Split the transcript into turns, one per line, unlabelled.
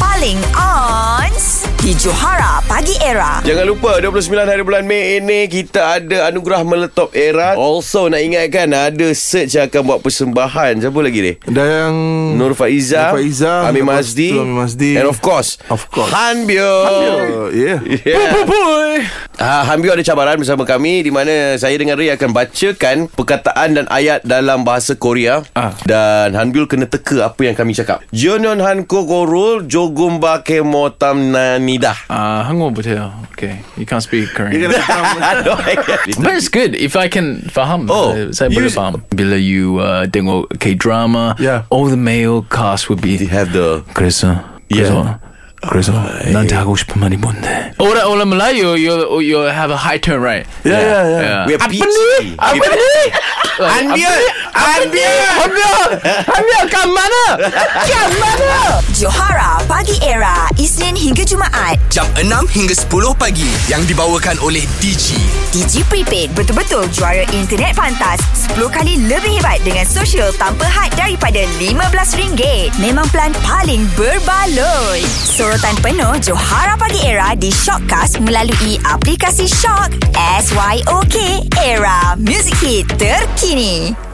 paling on di Johara Pagi Era.
Jangan lupa 29 hari bulan Mei ini kita ada anugerah meletop era. Also nak ingatkan ada search yang akan buat persembahan. Siapa lagi ni?
Dan yang
Nur Faiza,
Nur Faiza,
Amir
lepas
Mazdi,
tu Amir Mazdi.
and of course,
Of course.
Han Bio.
Uh, yeah.
Yeah. Ha, Han Bio ada cabaran bersama kami di mana saya dengan Ray akan bacakan perkataan dan ayat dalam bahasa Korea
Ah.
dan Han Bio kena teka apa yang kami cakap. Jeonyeon Han Kogorul Jogumba Kemotam Nanidah.
Uh, hungover Okay, you can't speak Korean.
Dia kena faham.
But it's good if I can faham.
Oh,
saya boleh
you-
faham. Bila you uh, tengok K drama,
Yeah.
all the male cast would be.
They have the
그래서
Yeah.
그래서 그래서 나한테 하고 싶은 말이 뭔데? 오라 오라 Melayu, you you have a high tone, right?
Yeah, yeah, yeah.
We are
apa
peachy.
ni? Apa ni?
Anbiar! Anbiar!
Ambil, ambil kat mana? Kat mana?
Johara Pagi Era Isnin hingga Jumaat.
Jam 6 hingga 10 pagi Yang dibawakan oleh Digi
Digi Prepaid betul-betul juara internet pantas 10 kali lebih hebat dengan sosial tanpa had daripada RM15. Memang plan paling berbaloi. Sorotan penuh Johara Pagi Era di Shockcast melalui aplikasi Shock. SYOK Era Music Hit terkini.